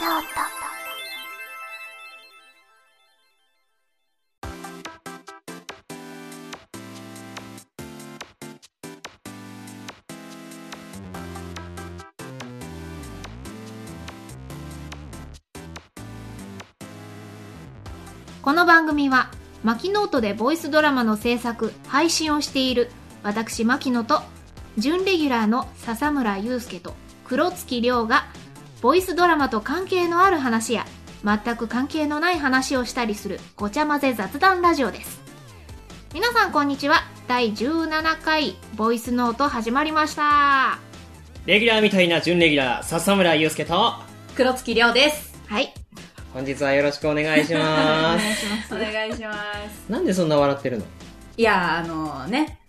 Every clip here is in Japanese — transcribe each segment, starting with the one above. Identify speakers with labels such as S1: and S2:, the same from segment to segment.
S1: ノート
S2: この番組はマキノートでボイスドラマの制作配信をしている私牧野と準レギュラーの笹村祐介と黒月亮がボイスドラマと関係のある話や全く関係のない話をしたりするごちゃ混ぜ雑談ラジオです皆さんこんにちは第17回ボイスノート始まりました
S3: レギュラーみたいな準レギュラー、笹村祐介と、
S4: 黒月亮です。
S2: はい
S3: 本日はよろしくお願いし
S2: お
S3: ま
S2: 願い
S3: す。
S2: します
S4: お願いしま す。
S3: なんでそんな笑ってるの
S4: いや、あのね、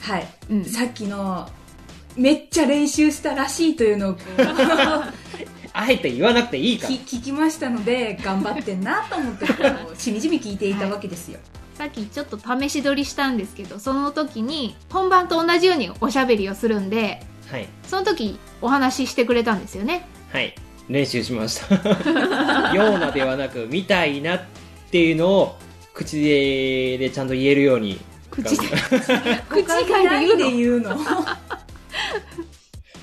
S4: はい、
S2: うん
S4: さっきの、めっちゃ練習したらしいというのをこう
S3: あえて言わなくていいか
S4: き
S3: ら。
S4: 聞きましたので、頑張ってんなと思って、こう、しみじみ聞いていたわけですよ。
S2: さっきちょっと試し撮りしたんですけどその時に本番と同じようにおしゃべりをするんで
S3: はい。
S2: その時お話ししてくれたんですよね
S3: はい。練習しま した。ようなではなく、みたいなっていうのを、口で、でちゃんと言えるように。
S2: 口で
S4: 口
S2: 口以外で言うの
S4: 言うの。
S3: ま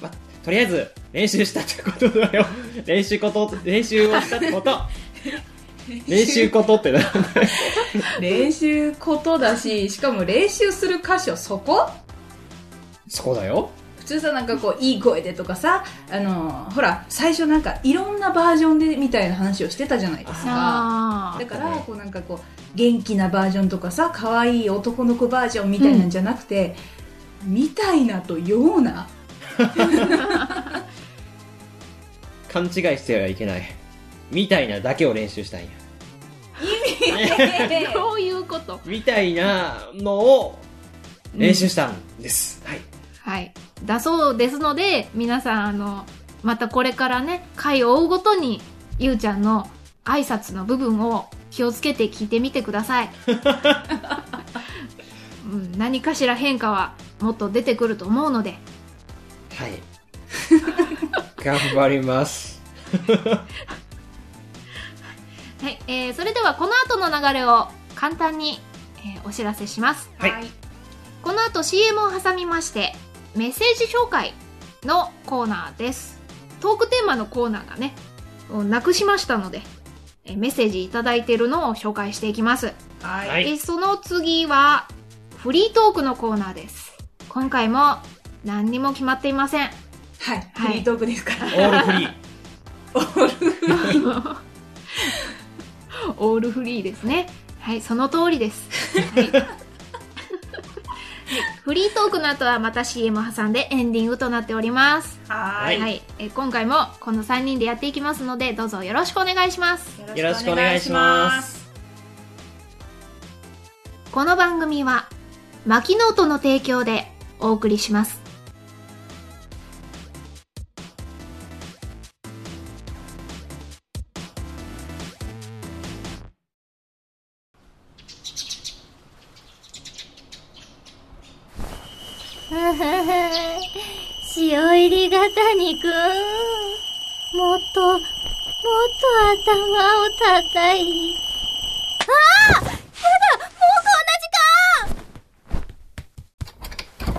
S3: あ、とりあえず、練習したってこと だよ。練習こと、練習をしたってこと。 練習ことってな。
S4: 練習ことだし、しかも練習する箇所、そこ
S3: そうだよ。
S4: 普通さ、なんかこう、いい声でとかさ、あの、ほら、最初なんか、いろんなバージョンでみたいな話をしてたじゃないですか。
S2: あ
S4: だ
S2: ー
S4: からこうなんかこう元気なバージョンとかさ可愛い男の子バージョンみたいなんじゃなくて、みたいなとよう な
S3: 勘違いしてはいけない。みたいなだけを練習したいんや。
S2: どういうこと
S3: みたいなのを練習
S2: し、
S3: したんです。はい。
S2: うんはいだそうですので皆さんあのまたこれからね回を追うごとにゆうちゃんの挨拶の部分を気をつけて聞いてみてください、うん、何かしら変化はもっと出てくると思うので
S3: はい。頑張ります。
S2: はい、えーそれではこの後の流れを簡単に、えーお知らせします。
S3: はい
S2: この後 CM を挟みまして、メッセージ紹介のコーナーです。トークテーマのコーナーがね、もうなくしましたので、えーメッセージいただいているのを紹介していきます。
S4: はい
S3: はい
S2: えーその次は、フリートークのコーナーです。今回も何にも決まっていません。
S4: はいフリートークですか
S3: オ
S4: ら
S3: ールフリー。
S2: オールフリーですね。はい、その通りです。 はい、フリートークの後はまた CM 挟んでエンディングとなっております。
S4: は
S3: はい
S2: はい、え今回もこの3人でやっていきますので、どうぞよろしくお願いします。
S3: よろしくお願いします
S2: この番組は、マキノートの提供でお送りします。
S1: 塩入り型肉もっともっと頭を叩いああやだもうこんな時間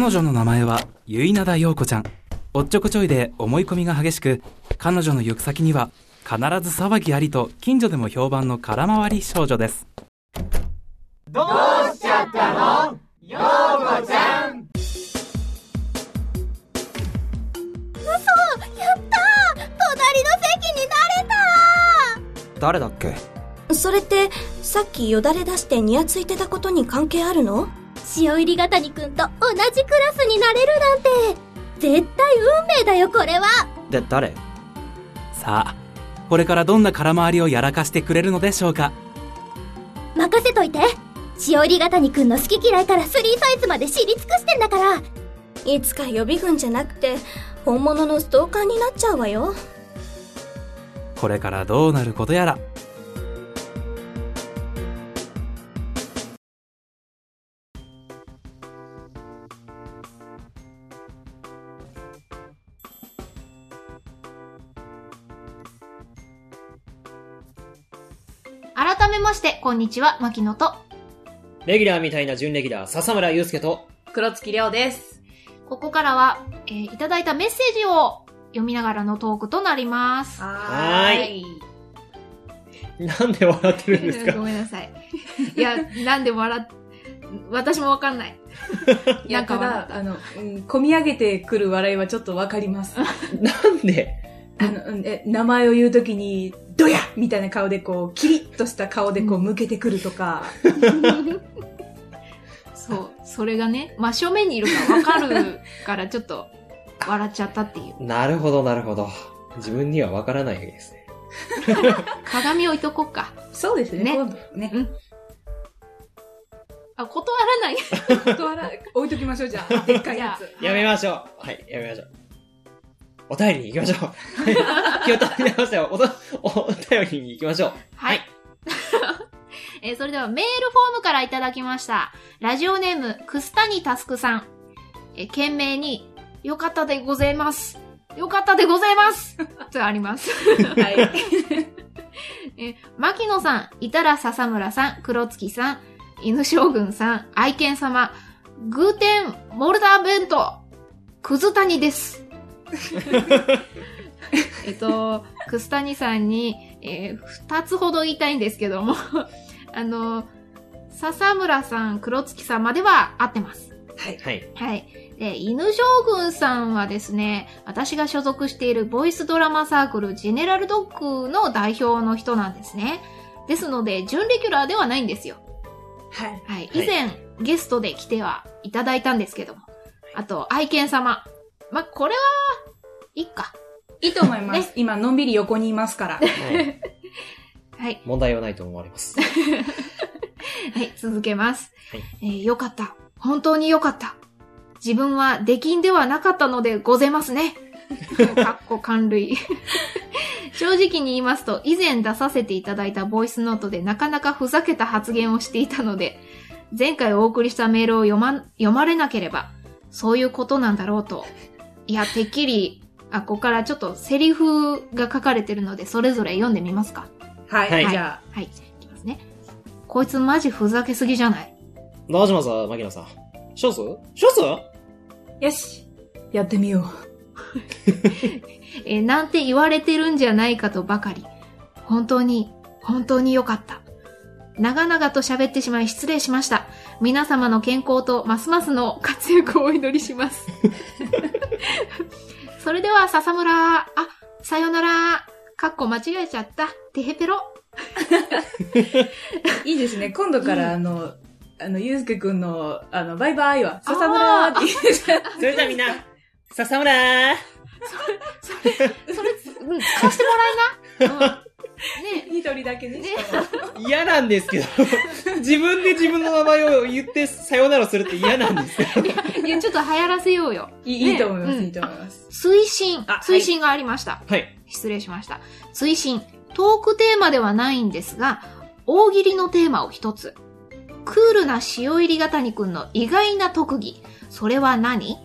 S5: 彼女の名前は結稲田陽子ちゃんおっちょこちょいで思い込みが激しく彼女の行く先には必ず騒ぎありと近所でも評判の空回り少女です
S1: 嘘やったー隣の席になれた
S5: 誰だっけ
S6: それってさっきよだれ出してニヤついてたことに関係あるの
S1: 塩入り型肉と同じクラスになれるなんて絶対運命だよこれは
S5: で誰さあこれからどんな空回りをやらかしてくれるのでしょうか
S1: 任せといて塩入り型肉の好き嫌いからスリーサイズまで知り尽くしてんだから
S6: いつか予備軍じゃなくて本物のストーカーになっちゃうわよ
S5: これからどうなることやら
S2: 改めまして、こんにちは、牧野と。
S3: レギュラーみたいな準レギュラー、笹村祐介と、
S7: 黒月亮です。
S2: ここからは、えーいただいたメッセージを読みながらのトークとなり ます。
S3: はー
S7: い。
S3: なんで笑ってるんです
S2: ご
S3: か
S2: めんなさい。いや、なんで笑っ、私もわかんない。
S4: いや
S2: なんか
S4: た
S2: 笑っ
S4: だあの、うん、込み上げてくる笑いはちょっとわかります。
S3: なんで
S4: あのうんえ名前を言うときに、ドヤみたいな顔でこう、キリッとした顔でこう、向けてくるとか、
S2: そう、それがね、真正面にいるかわかるから、ちょっと笑っちゃったっていう。
S3: なるほど、なるほど。自分にはわからないわけですね。
S2: 鏡置いとこうか。
S4: そうですね、
S2: ね
S4: 今度ね。
S2: あ、断らない。
S4: 断ら置いときましょう、じゃ あ。でっかいやつ。
S3: やめましょう。はい、やめましょう。お便りに行きましょう。はい気を取り直しておと、お、お便りに行きましょう。
S2: はい。 えーそれではメールフォームからいただきました。ラジオネーム、くすたにたすくさん。えー、懸命に、よかったでございます。よかったでございます。 とあります。
S4: はい。
S2: えー、牧野さん、いたら笹村さん、黒月さん、犬将軍さん、愛犬様、グーテン、モルダー弁当、くずたにです。えっと、くすたにさんに、えー二つほど言いたいんですけども、あの、笹村さん、黒月さんまでは合ってます。
S3: はい。
S2: はい。で、犬将軍さんはですね、私が所属しているボイスドラマサークルジェネラルドッグの代表の人なんですね。ですので、準レギュラーではないんですよ。
S4: はい。
S2: はい。
S3: はい
S2: 以前、ゲストで来てはいただいたんですけども。あと、愛犬様。まあ、これは、いいか。
S4: いいと思います。今、のんびり横にいますから。
S3: はい
S2: はい。
S3: 問題はないと思われます。
S2: はい、続けます。
S3: はい
S2: えーよかった。本当によかった。自分は出禁ではなかったのでございます ね。かっこ寒類。 正直に言いますと、以前出させていただいたボイスノートでなかなかふざけた発言をしていたので、前回お送りしたメールを読ま、読まれなければ、そういうことなんだろうと。いや、てっきり、あ、ここからちょっとセリフが書かれてるので、それぞれ読んでみますか。
S4: はい。
S3: はい
S4: じゃ
S2: はい、いきますね。こいつマジふざけすぎじゃない
S3: どうします牧野さん。ショースショース
S4: あ、よし。やってみよう。
S2: えーなんて言われてるんじゃないかとばかり。本当に、本当に良かった。長々と喋ってしまい失礼しました。皆様の健康とますますの活躍をお祈りします。それでは、笹村。あ、さよなら。かっこ間違えちゃった。てへぺろ。
S4: いいですね。今度から、あの、あの、ゆうすけくんの、あの、バイバイは、笹村って言ってた
S3: それじゃあみんな、笹村
S2: それ、それ、うん、使わせてもらえな。うん、 ねえ
S4: ニトリだけね。
S2: ね
S4: しかも
S3: 嫌なんです けど、自分で自分の名前を言ってさよならするって嫌なんですけど。
S2: いや、ちょっと流行らせようよ。
S4: いいいいと思いま
S2: う
S4: す、
S2: ん
S4: いいと思います。
S2: 推進、
S4: あはい
S2: 推進がありました。
S3: はい。
S2: 失礼しました。推進、トークテーマではないんですが、大喜利のテーマを一つ。クールな塩入りがたにくんの意外な特技。それは何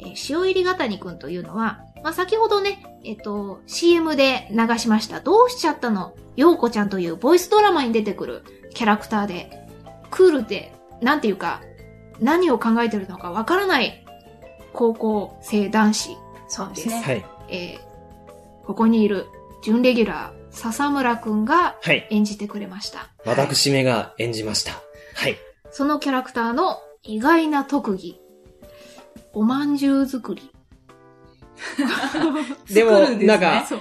S2: えー塩入りがたにくんというのは、まあ、先ほどね、えっと、CM で流しました。どうしちゃったのようこちゃんというボイスドラマに出てくるキャラクターで、クールで、なんていうか、何を考えてるのかわからない高校生男子
S4: そう
S2: ですね
S3: はい。
S2: えーここにいる準レギュラー、笹村くんが
S3: はい。
S2: 演じてくれました。
S3: 私めが演じました。はい。
S2: そのキャラクターの意外な特技、おまんじゅう作り。
S3: でも
S4: 作るんですね
S3: なんかあ
S2: そう。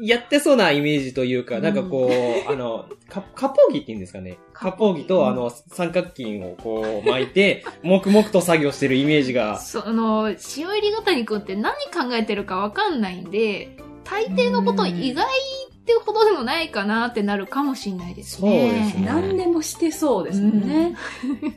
S3: やってそうなイメージというか、なんかこう、あの、か、かぽぎって言うんですかね。かぽぎと、あの、三角巾をこう巻いて、黙々と作業してるイメージが。
S2: その、塩入りがたにくんって何考えてるかわかんないんで、大抵のこと意外ってほどでもないかなってなるかもしれないですね。
S3: そうですね
S4: 何でもしてそうですもんね。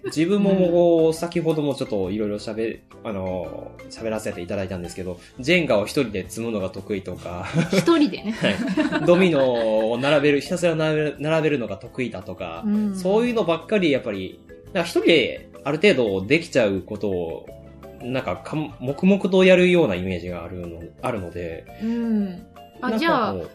S3: 自分ももう、先ほどもちょっといろいろ喋、あの、喋らせていただいたんですけど、ジェンガを一人で積むのが得意とか、
S2: 一人でね。
S3: はい。ドミノを並べる、ひたすら並べる並べるのが得意だとか、
S2: ん
S3: そういうのばっかりやっぱり、なんか一人である程度できちゃうことを、なんかかん、黙々とやるようなイメージ があるの、あるので。
S2: うん。
S3: なんか
S2: あ、じゃあ
S3: も、う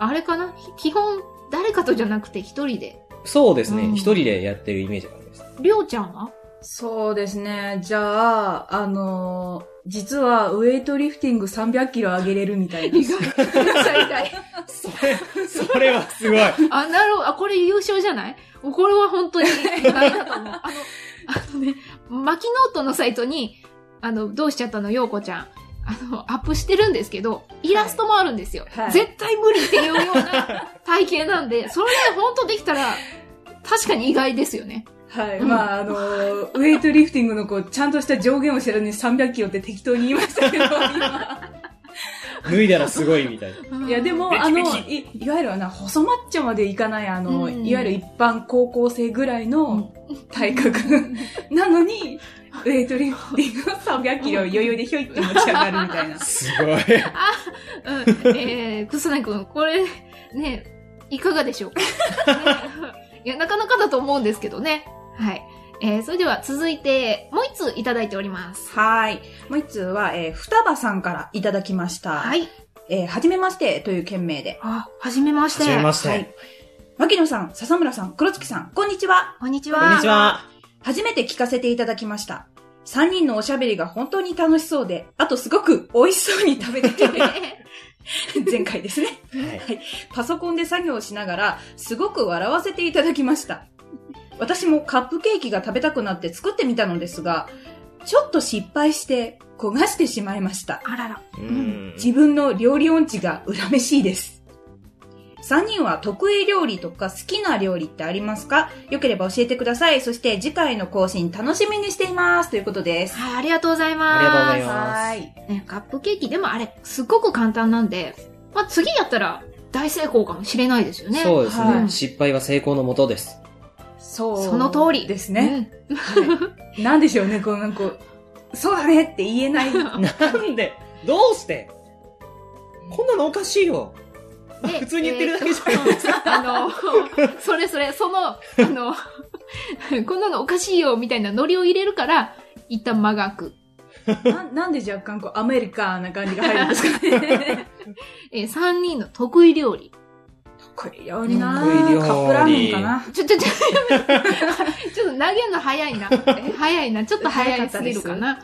S2: あれかなひ基本、誰かとじゃなくて一人で。
S3: そうですね
S4: う。ん
S3: 一人でやってるイメージがあります。
S2: りょうちゃんは
S4: そうですね。じゃあ、あのー実はウェイトリフティング300キロ上げれるみ たいで
S2: 意
S4: す。
S2: 外最大。
S3: それ、それはすごい。
S2: あ、なるほど。あ、これ優勝じゃないこれは本当に意外だと思う。あの、あのね、マキノートのサイトに、あの、どうしちゃったの、ようこちゃん。あの、アップしてるんですけど、イラストもあるんですよ。
S4: はい
S2: 絶対無理っていうよう な体型なんで、それで本当できたら、確かに意外ですよね。
S4: はい。
S2: うん
S4: まあ、あのーウェイトリフティングのこう、ちゃんとした上限を知らずに300キロって適当に言いましたけど、今。
S3: 脱いだらすごいみたいな。
S4: いや、でも、
S3: べき
S4: あの
S3: べ、
S4: いいわゆるあの、細マッチョまでいかない、あの、
S2: うん
S4: いわゆる一般高校生ぐらいの体 格、なのに、ウェイトリフティングの300キロ余裕でひょいって持ち上がるみたいな。
S3: すご
S2: う
S3: い。
S2: ん、えー、くすなくん、これ、ね、いかがでしょうかいや、なかなかだと思うんですけどね。はい。えー、それでは続いて、もう一通いただいております。
S4: はい。もう一通は、えー、双葉さんからいただきました。。
S2: はいい。
S4: えー、はじめましてという件名で。
S2: あ、はじめまして。
S3: はじめまして。
S4: はい。牧野さん、笹村さん、黒月さん、こんにちは。
S2: こんにちは。
S3: こんにちは。
S4: 初めて聞かせていただきました。3人のおしゃべりが本当に楽しそうで、あとすごく美味しそうに食べてて、前回ですね。
S3: はい
S4: パソコンで作業しながら、すごく笑わせていただきました。私もカップケーキが食べたくなって作ってみたのですが、ちょっと失敗して焦がしてしまいました。
S2: あらら。
S3: うん
S4: 自分の料理音痴が恨めしいです。3人は得意料理とか好きな料理ってありますかよければ教えてください。そして次回の更新楽しみにしています。ということです。
S2: はい、ありがとうございます。
S3: ありがとうございます
S4: い。
S2: ね、カップケーキ、でもあれ、すっごく簡単なんで、まあ、次やったら大成功かもしれないですよね。
S3: そうです
S4: は
S3: ね。
S2: い
S3: 失敗は成功のもとです。
S4: そう。
S2: その通り。
S4: ですね。。はいなんでしょうね、こうなんかこう、そうだねって言え ない。
S3: なんでどうしてこんなのおかしいよ。
S2: うん、で
S3: 普通に言ってるだけじゃないです
S2: えーとあの、それそれ、その、あの、 こんなのおかしいよ、みたいなノリを入れるから、一旦間が空く。
S4: ななんで若干こう、アメリカンな感じが入るんですか ね。
S2: えー、3人の得意料理。
S4: 得意料理な
S3: 得意料理
S4: カップラーメンかな。
S2: ちょ、ちょ、ちょ、 ちょっと投げるの早いな。え早いな。ちょっと早いすぎるかな。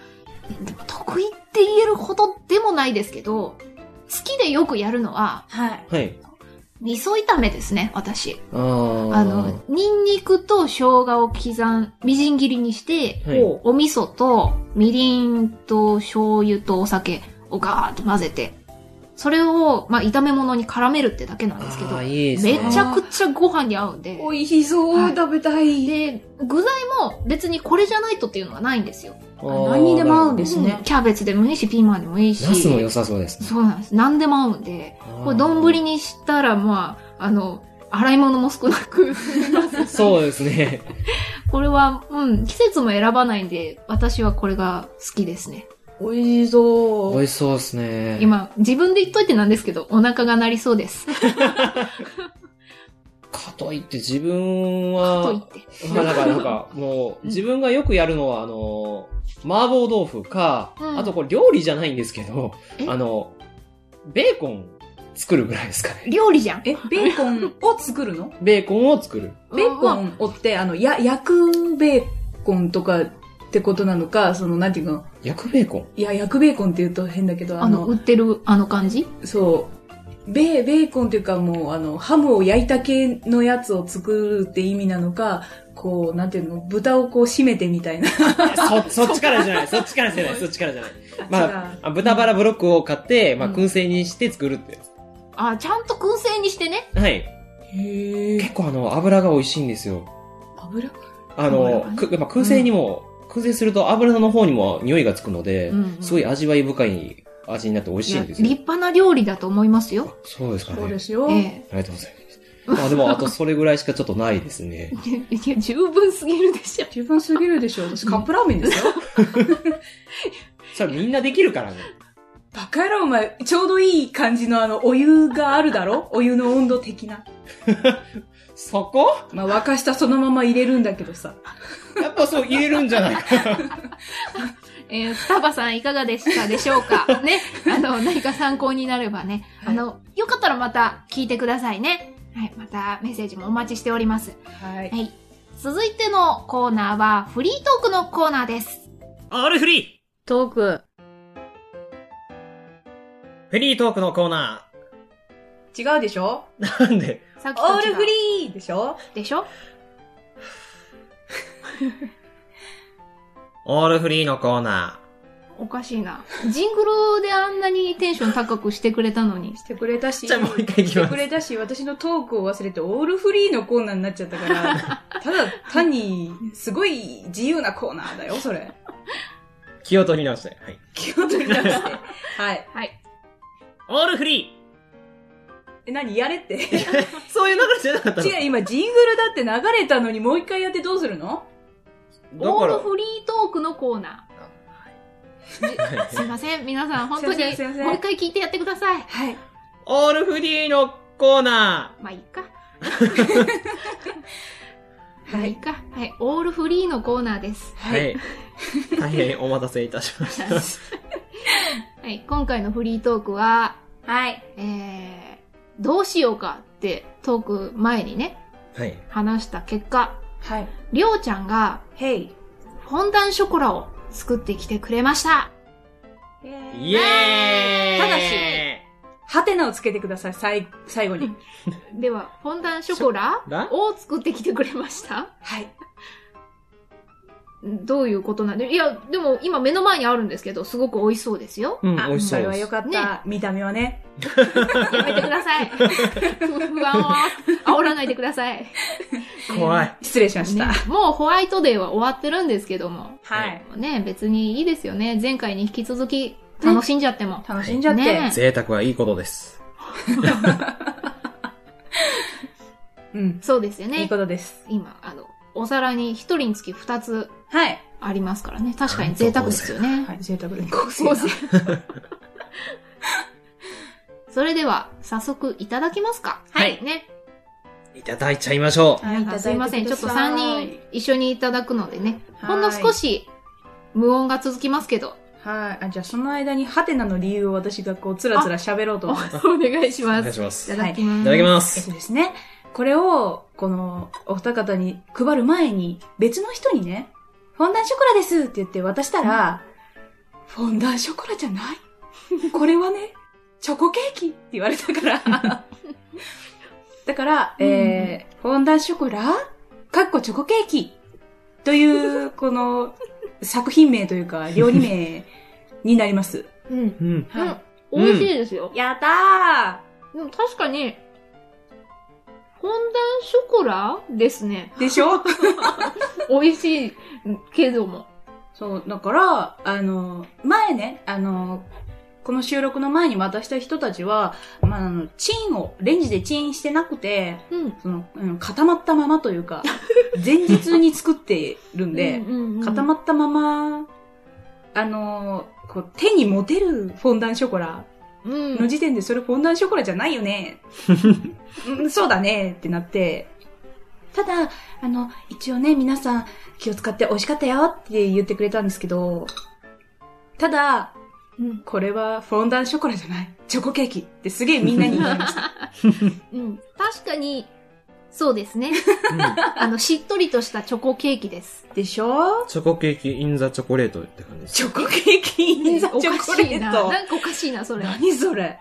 S2: でも得意って言えるほどでもないですけど、好きでよくやるのは、
S4: はい。
S3: はい。
S2: 味噌炒めですね、私。
S3: あー
S2: あの、、ニンニクと生姜を刻ん、みじん切りにして、
S3: はい
S4: こ
S2: お味噌とみりんと醤油とお酒をガーッと混ぜて、それを、まあ、炒め物に絡めるってだけなんですけど、
S3: あーいいですね。
S2: めちゃくちゃご飯に合うんで。
S4: う美味しそう、
S2: はい
S4: 食べたい。
S2: で、具材も別にこれじゃないとっていうのがないんですよ。
S3: あー
S4: 何にでも合うんですね
S2: うんキャベツでもいいし、ピーマンでもいいし。
S3: ナスも良さそうですね。
S2: そうなんです。何でも合うんで。これ丼にしたら、まあ、あの、洗い物も少なく 済みますし
S3: そうですね。
S2: これは、うん、季節も選ばないんで、私はこれが好きですね。
S4: 美味しそう。
S3: 美味しそうですね。。
S2: 今、自分で言っといてなんですけど、お腹が鳴りそうです。
S3: かといって自分
S2: か
S3: は、
S2: といって。
S3: まあなんか、なんか、もう、自分がよくやるのは、あの、麻婆豆腐か、
S2: うん
S3: あとこれ料理じゃないんですけど
S2: え、
S3: あの、ベーコン作るぐらいですかね。
S2: 料理じゃん。
S4: え、ベーコンを作るの
S3: ベーコンを作る。
S4: ベ
S2: う
S4: ーコ
S2: んま
S4: ンをって、あの、や、焼くベーコンとかってことなのか、その、なんていうの、
S3: 焼くベーコン
S4: いや、焼くベーコンって言うと変だけど、
S2: ああ
S4: あ
S2: の、
S4: の、
S2: 売ってるあの感じ
S4: そう、ベー、ベーコンというかもう、あの、ハムを焼いた系のやつを作るって意味なのか、こう、なんていうの、豚をこう締めてみたいな。
S3: そ、そっちからじゃない、そっちからじゃない、そっちからじゃない。ま
S4: 違う
S3: あ、あ豚バラブロックを買って、まあ、
S2: うん
S3: 燻製にして作るってやつ。
S2: あ、ちゃんと燻製にしてね。
S3: はい。
S4: へえ。
S3: 結構あの、油が美味しいんですよ。
S4: 油
S3: あの、くまあ、燻製にも、燻製すると油の方にも匂いがつくので、
S2: うんうん
S3: すごい味わい深い味になって美味しいんです
S2: いや立
S3: よ。
S2: 派な料理だと思いますよ。
S3: そうですかね。
S4: そう
S3: あ
S4: ですよ。
S2: ええ。
S3: りがとうございます。まあでも、あとそれぐらいしかちょっとないですね。
S2: いやいや、十分すぎるでしょ。
S4: 十分すぎるでしょ。私カップラーメンですよ。
S3: それみんなできるからね。
S4: バカ野郎お前、ちょうどいい感じのあの、お湯があるだろお湯の温度的な。
S3: そこ
S4: まあ、沸かしたそのまま入れるんだけどさ。
S3: やっぱそう言えるんじゃないか。
S2: えー、双葉さんいかがでしたでしょうかね。あの、何か参考になればね。あの、よかったらまた聞いてくださいね。はい、またメッセージもお待ちしております。
S4: はい。
S2: はい。続いてのコーナーは、フリートークのコーナーです。
S7: オールフリー
S8: トーク。
S3: フリートークのコーナ
S4: 違うでしょ
S3: ー。なんで
S2: さっき
S4: オ
S2: と違う
S4: ールフリーでしょ
S2: でしょ
S3: オールフリーのコーナ
S2: おかしいな。ジングルであんなにテンション高くしてくれたのに。
S4: してくれたし、
S3: じゃあもう一回い
S4: し
S3: きます
S4: てくれたし、私のトークを忘れてオールフリーのコーナーになっちゃった から、ただ単に、すごい自由なコーナーだよ、それ。
S3: ー。気を取り直して。はい。
S4: 気を取り出して。はい。
S2: はい。
S7: オールフリー
S4: え、何やれって。
S3: そういう流れじゃなかったの
S4: 違う、今ジングルだって流れたのにもう一回やってどうするの
S2: オー
S3: だ
S2: ルフリートークのコーナ
S3: から、
S2: ー。すいません、皆さん、本当に、もう
S4: 先生
S2: 一
S4: 先生
S2: 回聞いてやってください。
S4: はい。
S3: オールフリーのコーナ
S2: まあ、いいか。ま
S4: は
S2: あ、いい
S4: い。
S2: か。はい。オールフリーのコーナーです。
S3: ー。はい。大変お待たせいたしました。
S2: はい。今回のフリートークは、
S4: はい。
S2: えー、どうしようかってトーク前にね、
S3: はい。
S2: 話した結果、
S4: はい。
S2: りょうちゃんが
S4: ヘイ。
S2: フォンダンショコラを作ってきてくれました。
S3: イエーイ
S4: ただしハテナをつけてください、さい最後に。
S2: では、フォンダンショコラ
S3: ラ
S2: を作ってきてくれました。
S4: はい。
S2: どういうことなんでいや、でも今目の前にあるんですけど、すごく美味しそうですよ。
S3: うん、美
S4: あ
S3: 味し
S4: そ
S3: そう
S4: れ
S3: で
S4: は
S3: す。
S4: よかった、
S2: ね
S4: 見た目はね。
S2: やめてください。不安を煽らないでください。
S3: 怖い。
S4: 失礼しました。
S2: ねもうホワイトデーは終わってるんですけども。
S4: はい。
S2: ね、別にいいですよね。前回に引き続き楽しんじゃっても。
S4: 楽しんじゃって。
S2: ね
S3: 贅沢はいいことです。
S4: うん。
S2: そうですよね。
S4: いいことです。
S2: 今、あの、お皿に一人につき二つ
S4: はい。
S2: ありますからね。確かに贅沢ですよね。
S4: はい、贅沢で高
S2: そうですそれでは、早速いただきますか。
S4: はい
S2: ね。
S3: いただいちゃいましょ
S4: はいいただいてくだ
S2: す
S4: さい
S2: いません。ちょっと3人一緒にいただくのでね。
S4: はい
S2: ほんの少し無音が続きます けど。
S4: はい。あ、じゃあその間にハテナの理由を私がこう、つらつら喋ろうと
S2: お
S4: 思います。
S2: 願いし
S3: う。お
S2: ま
S3: 願
S2: す。
S3: いしま
S2: いた
S3: す。
S2: だきます。
S3: いただきま
S4: えっ
S3: す。
S4: とですね、これを、この、お二方に配る前に、別の人にね、フォンダンショコラですって言って渡したら、フォンダンショコラじゃない これはね、チョコケーキって言われた から。だから、えー、フォンダンショコラかっこチョコケーキという、この、作品名というか、料理名になります。
S2: うん。
S3: うん。
S2: う
S4: は
S2: ん美味しいですよ
S4: い。。やった
S2: でも確かに、フォンダンショコラですね。
S4: ーでしょ
S2: 美味しいけども。
S4: そう、だから、あの、前ね、あの、この収録の前に渡した人たちは、まあ、あの、チンを、レンジでチンしてなくて、
S2: うん。
S4: その、うん固まったままという か、前日に作ってるんで、固ま
S2: っ
S4: ったまま、あの、こう、手に持てるフォンダンショコラ
S2: た。うん。
S4: の時点でそれフォンダンショコラじゃないよ ね。うん、そうだねってなって。ただ、あの、一応ね、皆さん気を使って美味しかったよって言ってくれたんですけど、ただ、
S2: うん
S4: これはフォンダンショコラじゃない。チョコケーキってすげえみんなに言われま した。
S2: うん。確かに、そうですね。あの、しっとりとしたチョコケーキです。
S4: でしょ
S3: チョコケーキ、インザチョコレートって感じです。
S4: チョコケーキインザ
S2: お
S4: チ
S2: か
S4: ョコ
S2: し
S4: レ
S2: いな。
S4: ート。
S2: なんかおかしいな、それ。
S4: 何それ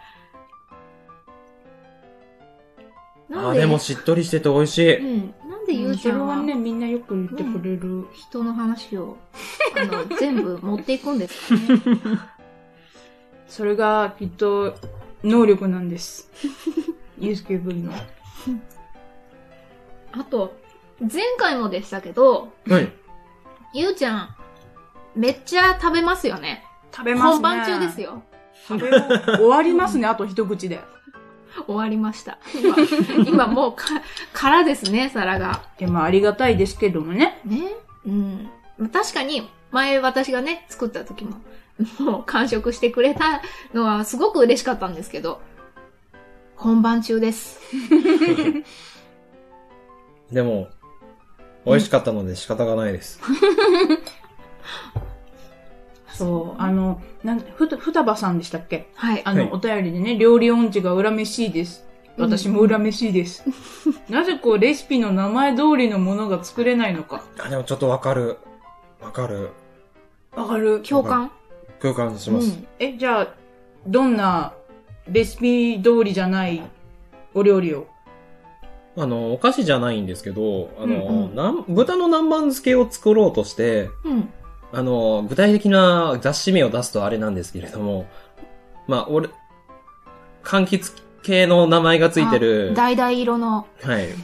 S2: なん
S3: あ、でもしっとりしてて美味し
S2: う
S3: い。
S2: ん。なんでゆう
S4: そ
S2: ち
S4: れ
S2: ゃんは
S4: はね、みんなよく言ってくれる。
S2: 人の話を、あ の、全部持っていくんですかね。
S4: それがきっと能力なん です。ユースケブリの。
S2: あと、前回もでしたけど、
S3: はい。
S2: ゆうちゃん、めっちゃ食べますよね。
S4: 食べますね。
S2: 本番中ですよ。
S4: 食べ終わりますね、 あと一口で。
S2: 終わりました。今、今もうか、空ですね、皿が。
S4: でもありがたいですけどもね。
S2: ね。うん。確かに、前私がね、作った時も、もう完食してくれたのはすごく嬉しかったんですけど、本番中です。
S3: でも、美味しかったので仕方がないです。
S4: そう、あの、なんふた、ふたばさんでしたっけ
S2: はい。
S4: あ
S3: はい
S4: の、お便りでね、料理音痴が恨めしいです。私も恨めし いです。なぜこう、レシピの名前通りのものが作れないのか。
S3: あ、でもちょっとわかる。わかる。
S4: わかる。
S2: 共感
S3: 共感します。
S4: うんえ、じゃあ、どんなレシピ通りじゃないお料理を。
S3: あの、お菓子じゃないんですけど、あの、
S4: うんうん
S3: なん豚の南蛮漬けを作ろうとして、
S2: うん
S3: あの、具体的な雑誌名を出すとあれなんですけれども、まあ、俺、柑橘系の名前がついてる、は
S2: 橙色の
S3: い、
S2: ペー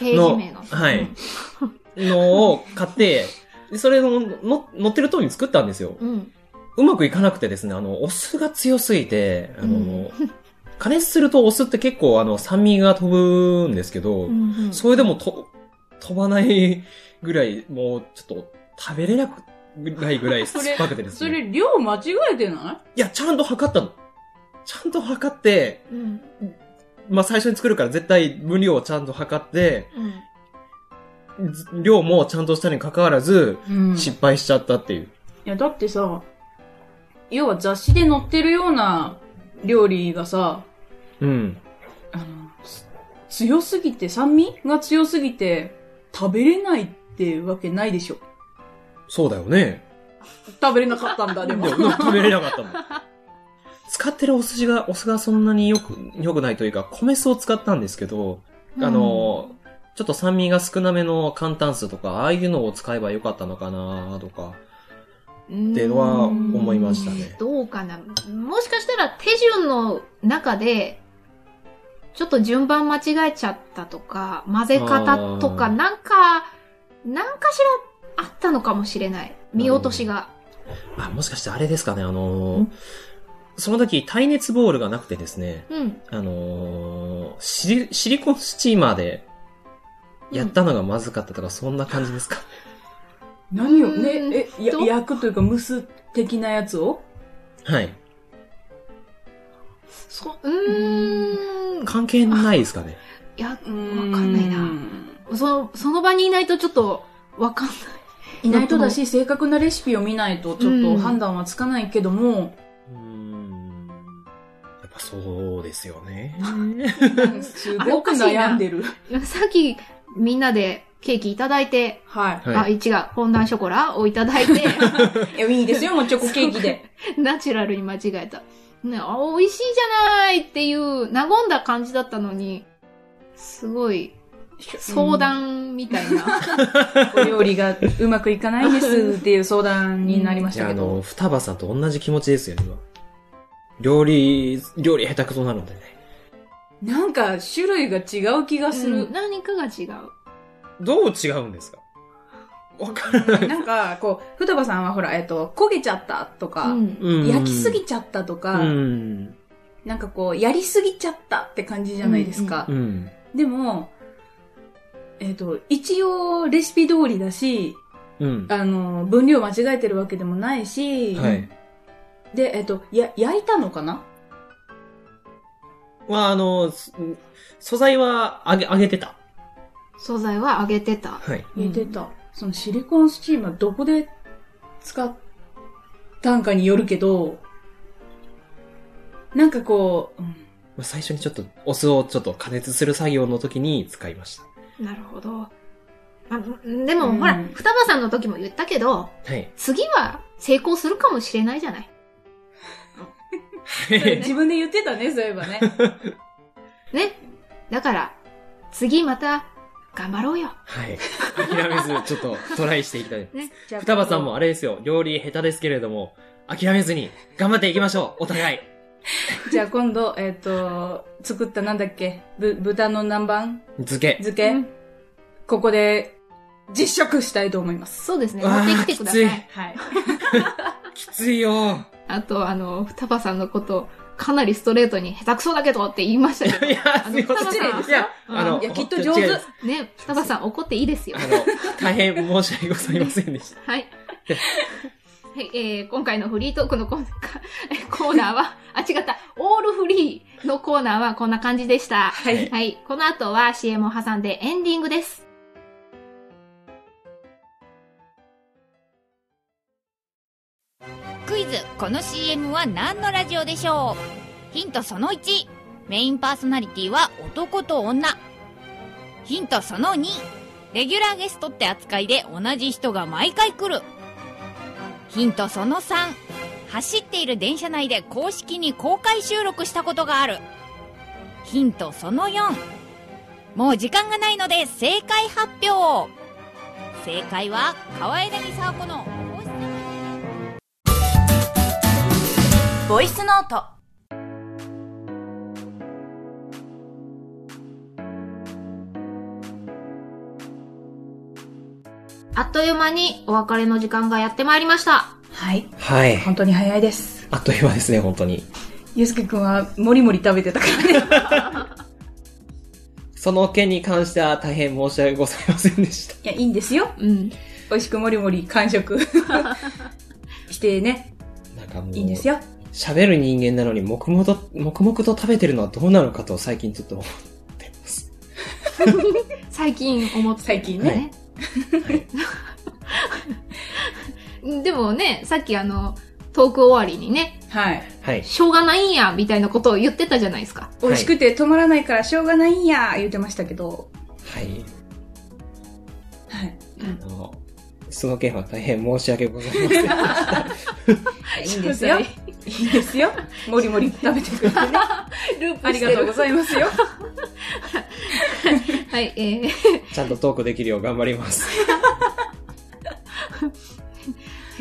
S2: ジ名が
S3: は
S2: う
S3: い
S2: ん、
S3: のを買って、でそれの、の、乗ってる通りに作ったんですよ。
S2: うん
S3: うまくいかなくてですね、あの、お酢が強すぎて、あの、
S2: う
S3: 加熱するとお酢って結構あの、酸味が飛ぶんですけど、
S2: うんうん
S3: それでもと、飛ばないぐらい、もうちょっと食べれなくないぐらい酸っぱくてです
S4: そ
S3: ね。
S4: れ、量間違えてない
S3: いや、ちゃんと測ったの。ちゃんと測って、
S2: うん
S3: まあ最初に作るから絶対分量をちゃんと測って、
S2: うん
S3: ず量もちゃんとしたに関わらず、
S4: うん
S3: 失敗しちゃったっていう。
S4: いや、だってさ、要は雑誌で載ってるような料理がさ、
S3: うん。
S4: あの、つ強すぎて、酸味が強すぎて、食べれないってわけないでしょ。
S3: そうだよね。
S4: 食べれなかったんだ、
S3: で
S4: でも
S3: も。食べれなか ったもん。使ってるお寿司が、お酢がそんなによく、よくないというか、米酢を使ったんですけど、あの、ちょっと酸味が少なめの簡単酢とか、ああいうのを使えばよかったのかなとか、
S2: うん
S3: ってのは思いましたね。
S2: どうかなもしかしたら手順の中で、ちょっと順番間違えちゃったとか、混ぜ方とか、
S3: あー
S2: なんか、なんかしらあったのかもしれない。見落としが。
S3: あ、もしかしてあれですかね、あのーその時、耐熱ボールがなくてですね、
S2: うん。
S3: あのーシリ、シリコンスチーマーで、やったのがまずかったとか、そんな感じですか、
S4: 何を
S2: うーん
S4: ね、え、や
S2: と
S4: 焼くというか蒸す的なやつを
S3: はい。
S2: そ、うーん。
S3: 関係ないですかね。
S2: いや、
S4: う
S2: わかんないな。その、その場にいないとちょっと、わかんない。
S4: いないとだし、正確なレシピを見ないと、ちょっ
S2: う
S4: と
S2: ん
S4: 判断はつかないけども、
S3: うーん。やっぱそうですよね。
S4: す
S2: あれお
S4: ごく
S2: かしいな
S4: 悩んでる。
S2: い やさっき、みんなでケーキいただいて、
S4: は
S3: は
S2: あ、
S3: い。
S2: 違う、フォンダンショコラをいただい て、
S4: い。いや、いいですよ、もうチョコケーキで。
S2: ナチュラルに間違えた。ね、あ、美味しいじゃないっていう、和んだ感じだったのに、すごい、相談みたいな。
S4: お料理がうまくいかないですっていう相談になりま
S3: い
S4: し
S3: や、
S4: た
S3: あ
S4: け
S3: の、
S4: ど。
S3: 双葉さんと同じ気持ちですよ、今。料理、料理下手くそなのでね。
S4: なんか種類が違う気がす
S2: う
S4: る
S2: ん。何かが違う。
S3: どう違うんですかわからない。
S4: なんか、こう、ふたばさんはほら、えっと、焦げちゃったとか、
S2: うん。
S3: うん
S4: 焼きすぎちゃったとか、
S3: うん。
S4: なんかこう、やりすぎちゃったって感じじゃないですか。
S3: うん。
S4: でも、えっと、一応レシピ通りだし、
S3: うん。
S4: あの、分量間違えてるわけでもないし、
S3: はい。
S4: で、えっと、や、焼いたのかな
S3: まあ、あの、す素材は揚げ、揚げてた。
S2: 素材は揚げてた。
S3: はい。
S2: うん
S4: 焼いてた。そのシリコンスチームはどこで使ったんかによるけど、なんかこ う、うん
S3: まあ最初にちょっと、お酢をちょっと加熱する作業の時に使いまし
S2: なるほど。あでも、
S4: うん
S2: ほら、双葉さんの時も言ったけど、
S3: た。はい。
S2: 次は成功するかもしれないじゃない。
S4: それ自分で言ってたね、そういえばね。
S2: ね。だから、次また、頑張ろうよ。
S3: はい。諦めず、ちょっとトライしていきたい。
S4: じゃあ
S3: 双葉さんもあれですよ、料理下手ですけれども、諦めずに頑張っていきましょう、お互い。
S4: じゃあ今度、えっ、と、作ったなんだっけぶ、豚の南蛮
S3: 漬け。
S4: 漬け、ここで、実食したいと思います。
S2: そうですね。
S3: うわ
S2: 持
S3: ー
S2: ってきてください。
S3: きつい
S4: はい。
S3: きついよ
S2: あと、あの、双葉さんのこと、かなりストレートに下手くそだけどって言いましたけ ど
S3: い。や、
S2: あ
S3: す
S2: の
S3: いま
S2: 双
S3: せ
S2: 葉さん
S3: ん。いや、あの、
S4: いやきっと
S3: 本
S4: 上
S3: 当
S4: 手。
S3: 違います
S2: ね、双葉さん怒っていいですよ。
S3: あの、大変申し訳ございませんでした。
S2: はい。 はい、えー今回のフリートークのコーナーかえコーナーは、あ、違った、オールフリーのコーナーはこんな感じでした。はいはい、この後は CM を挟んでエンディングです。
S8: クイズこの CM は何のラジオでしょうヒントその1メインパーソナリティは男と女。ヒントその2。レギュラーゲストって扱いで同じ人が毎回来る。ヒントその3。走っている電車内で公式に公開収録したことがある。ヒントその4。もう時間がないので正解発表正解は川柳沢子のボイスノート
S2: あっという間にお別れの時間がやってまいりました。
S4: はい。
S3: はい。
S4: 本当に早いです。
S3: あっという間ですね、本当に。
S4: ゆうすけくんは、もりもり食べてたから ね。
S3: その件に関しては大変申し訳ございませんでした。
S4: いや、いいんですよ。
S2: うん。
S4: 美味しくもりもり完 食してね、
S3: なんかもう、
S4: いいんですよ。
S3: 喋る人間なのに黙々と、黙々と食べてるのはどうなのかと最近ちょっと思ってます。
S2: 最近思って
S4: 最近
S3: ね
S2: ね。でもね、さっきあの、トーク終わりにね、
S4: はい。
S3: はい。
S2: しょうがないんや、みたいなことを言ってたじゃないですか。
S4: 美味しくて止まらないからしょうがないんや、言ってましたけど。
S3: はい。
S4: はい。
S3: あの、その件は大変申し訳ございませんで した。
S4: いいん ですよ。いいんですよ。もりもり食べてくれてね。
S2: ループ
S4: ありがとうございますよ。
S2: はい、えー、
S3: ちゃんとトークできるよう頑張ります。
S2: は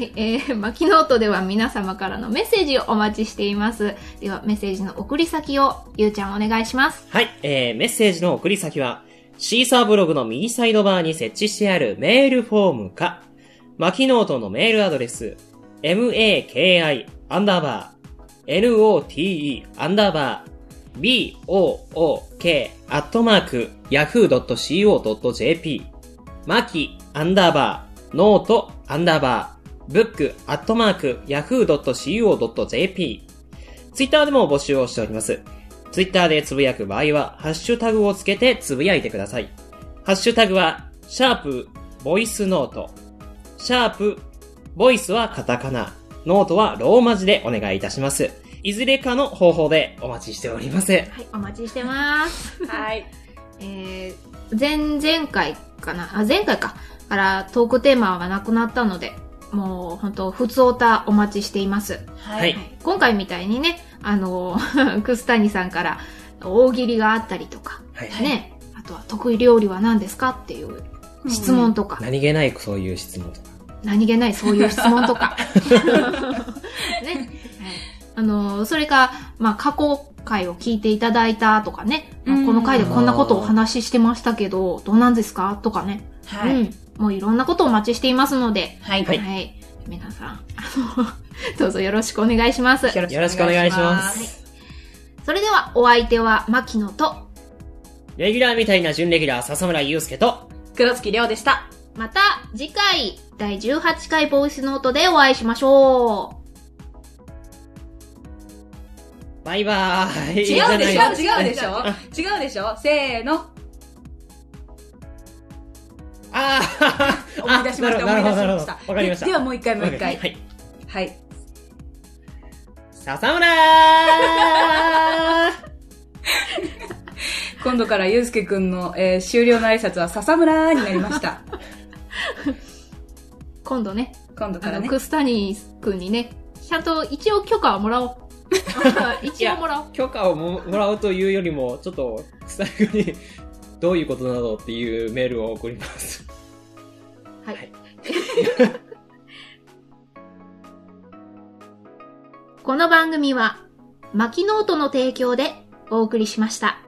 S2: い、えー、マキノートでは皆様からのメッセージをお待ちしています。では、メッセージの送り先を、ゆうちゃんお願いします。
S7: はい、えー、メッセージの送り先は、シーサーブログの右サイドバーに設置してあるメールフォームか、マキノートのメールアドレス、maki アンダーバー、note アンダーバー、book アットマーク、yahoo.co.jp、マキアンダーバー、ノートアンダーバー、ブックアットマーク、yahoo.co.jp、ツイッターでも募集をしております。ツイッターでつぶやく場合は、ハッシュタグをつけてつぶやいてください。ハッシュタグは、シャープ、ボイスノート。シャープ、ボイスはカタカナ。ノートはローマ字でお願いいたします。いずれかの方法でお待ちしております。。
S2: はい、お待ちしてます。
S4: はい。
S2: えー、前々回かな、あ、前回か、からトークテーマはなくなったので、もう本当普通おたお待ちしています。
S4: はい
S2: 今回みたいにね、あの、 楠谷さんから大喜利があったりとか、
S3: はい。
S2: ね、あとは得意料理は何ですかっていう質問とか、
S3: 何気ないそういう質問とか。
S2: 何気ないそういう質問とか。 ね。はいあの、それか、まあ、過去回を聞いていただいたとかね、まあ
S4: うん
S2: この回でこんなことをお話ししてましたけど、どうなんですかとかね。
S4: はい。
S2: うん。もういろんなことをお待ちしていますので、
S4: はい。
S2: はい。皆さん、あの、 どうぞよろしくお願いします。
S3: よろしくお願いします。
S2: それでは、お相手は、牧野と、
S7: レギュラーみたいな準レギュラー、笹村祐介と、
S4: 黒月亮でした。
S2: また次回、第18回ボイスノートでお会いしましょう。
S7: バイバーイ。
S4: 違うでしょ違うでし
S7: あ
S4: ょ違うでしょせーの。
S7: あー
S4: 思い出しました。
S7: あな
S4: 思
S7: る
S4: い
S7: ほど、
S4: 出し
S7: なる
S4: ま
S7: ほど。
S4: した
S7: わ。かりました。
S4: ではもう一回もう一
S7: は
S4: 回。
S7: い。
S4: はい。
S7: 笹 村ー
S4: 今度からゆうすけくんの、えー終了の挨拶は笹村になりました。
S2: 今度ね、
S4: 今度か
S2: あ
S4: ら
S2: の、
S4: ね。
S2: クスタニ君にね、ちゃんと一応許可はも らおう。 一応もらおう。
S3: 許可をももらうというよりも、ちょっと、草君に、どういうことなのっていうメールを送ります。
S2: この番組は、マキノートの提供でお送りしました。